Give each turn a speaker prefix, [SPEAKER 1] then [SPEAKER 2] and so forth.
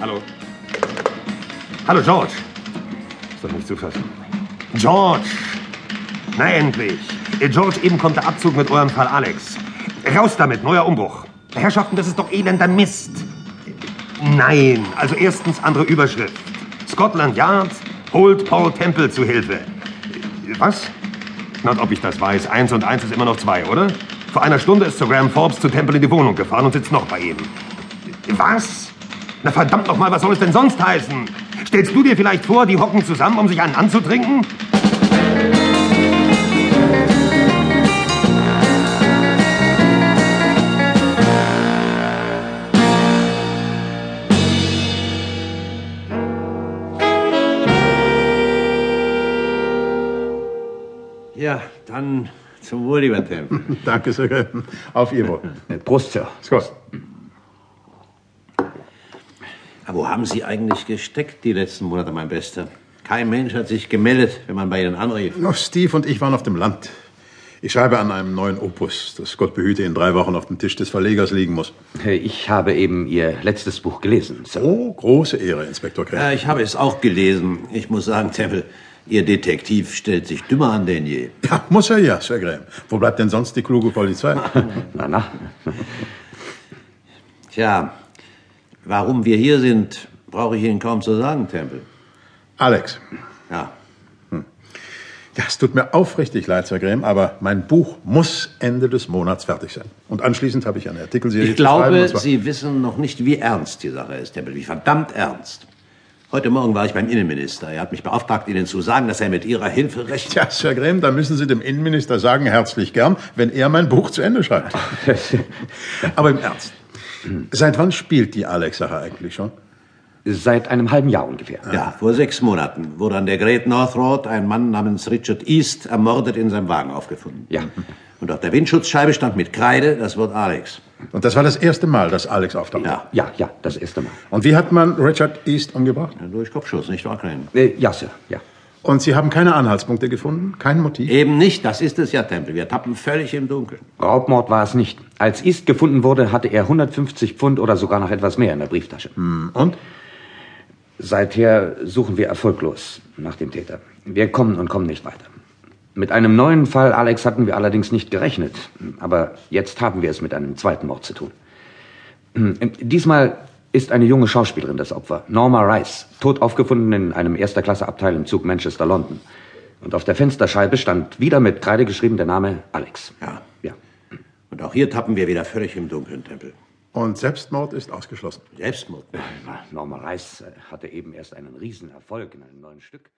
[SPEAKER 1] Hallo. Hallo, George. Ist doch nicht zu fassen. George! Na endlich. Äh, George, eben kommt der Abzug mit eurem Fall Alex. Raus damit, neuer Umbruch. Herrschaften, das ist doch elender Mist. Nein, also erstens andere Überschrift. Scotland Yard holt Paul Temple zu Hilfe. Was? Na, und ob ich das weiß. Eins und eins ist immer noch zwei, oder? Vor einer Stunde ist Sir Graham Forbes zu Temple in die Wohnung gefahren und sitzt noch bei ihm. Was? Na verdammt nochmal, was soll es denn sonst heißen? Stellst du dir vielleicht vor, die hocken zusammen, um sich einen anzutrinken?
[SPEAKER 2] Ja, dann zum Wohl, lieber Tim.
[SPEAKER 3] Danke, Sir. Auf Ihr Wohl.
[SPEAKER 2] Prost, Sir.
[SPEAKER 3] Scott.
[SPEAKER 2] Aber wo haben Sie eigentlich gesteckt die letzten Monate, mein Bester? Kein Mensch hat sich gemeldet, wenn man bei Ihnen anrief.
[SPEAKER 3] Oh, Steve und ich waren auf dem Land. Ich schreibe an einem neuen Opus, das Gott behüte in drei Wochen auf dem Tisch des Verlegers liegen muss.
[SPEAKER 4] Ich habe eben Ihr letztes Buch gelesen, Sir.
[SPEAKER 3] Oh, große Ehre, Inspektor Krenn.
[SPEAKER 2] Ja, ich habe es auch gelesen. Ich muss sagen, Temple, Ihr Detektiv stellt sich dümmer an denn je.
[SPEAKER 3] Ja, muss er ja, Sir Graham. Wo bleibt denn sonst die kluge Polizei?
[SPEAKER 4] Na, na.
[SPEAKER 2] Tja, warum wir hier sind, brauche ich Ihnen kaum zu sagen, Temple.
[SPEAKER 3] Alex,
[SPEAKER 2] Ja,
[SPEAKER 3] ja, es tut mir aufrichtig leid, Sir Graham, aber mein Buch muss Ende des Monats fertig sein. Und anschließend habe ich eine Artikelserie
[SPEAKER 2] Ich
[SPEAKER 3] zu schreiben,
[SPEAKER 2] glaube,
[SPEAKER 3] und zwar-
[SPEAKER 2] Sie wissen noch nicht, wie ernst die Sache ist, Temple, wie verdammt ernst. Heute Morgen war ich beim Innenminister. Er hat mich beauftragt, Ihnen zu sagen, dass er mit Ihrer Hilfe recht
[SPEAKER 3] Tja, Sir Graham, da müssen Sie dem Innenminister sagen, herzlich gern, wenn er mein Buch zu Ende schreibt. Aber im Ernst, seit wann spielt die Alex-Sache eigentlich schon?
[SPEAKER 4] Seit einem halben Jahr ungefähr.
[SPEAKER 2] Ja, vor sechs Monaten wurde an der Great North Road ein Mann namens Richard East ermordet in seinem Wagen aufgefunden.
[SPEAKER 4] Ja.
[SPEAKER 2] Und auf der Windschutzscheibe stand mit Kreide das Wort Alex.
[SPEAKER 3] Und das war das erste Mal, dass Alex auftauchte.
[SPEAKER 2] Ja,
[SPEAKER 4] Ja, ja, das erste Mal.
[SPEAKER 3] Und wie hat man Richard East umgebracht?
[SPEAKER 2] durch Kopfschuss, nicht wahr, Crane?
[SPEAKER 4] Äh, Ja, Sir, ja.
[SPEAKER 3] Und Sie haben keine Anhaltspunkte gefunden? Kein Motiv?
[SPEAKER 2] Eben nicht, das ist es ja, Tempel. Wir tappen völlig im Dunkeln.
[SPEAKER 4] Raubmord war es nicht. Als East gefunden wurde, hatte er 150 Pfund oder sogar noch etwas mehr in der Brieftasche.
[SPEAKER 3] Und?
[SPEAKER 4] Seither suchen wir erfolglos nach dem Täter. Wir kommen und kommen nicht weiter. Mit einem neuen Fall, Alex, hatten wir allerdings nicht gerechnet. Aber jetzt haben wir es mit einem zweiten Mord zu tun. Hm, Diesmal ist eine junge Schauspielerin das Opfer, Norma Rice, tot aufgefunden in einem Erster-Klasse-Abteil im Zug Manchester, London. Und auf der Fensterscheibe stand wieder mit Kreide geschrieben der Name Alex.
[SPEAKER 2] Ja.
[SPEAKER 4] Ja.
[SPEAKER 2] Und auch hier tappen wir wieder völlig im Dunkeln, Tempel.
[SPEAKER 3] Und Selbstmord ist ausgeschlossen.
[SPEAKER 2] Selbstmord.
[SPEAKER 4] Norma Rice äh, hatte eben erst einen Riesenerfolg in einem neuen Stück.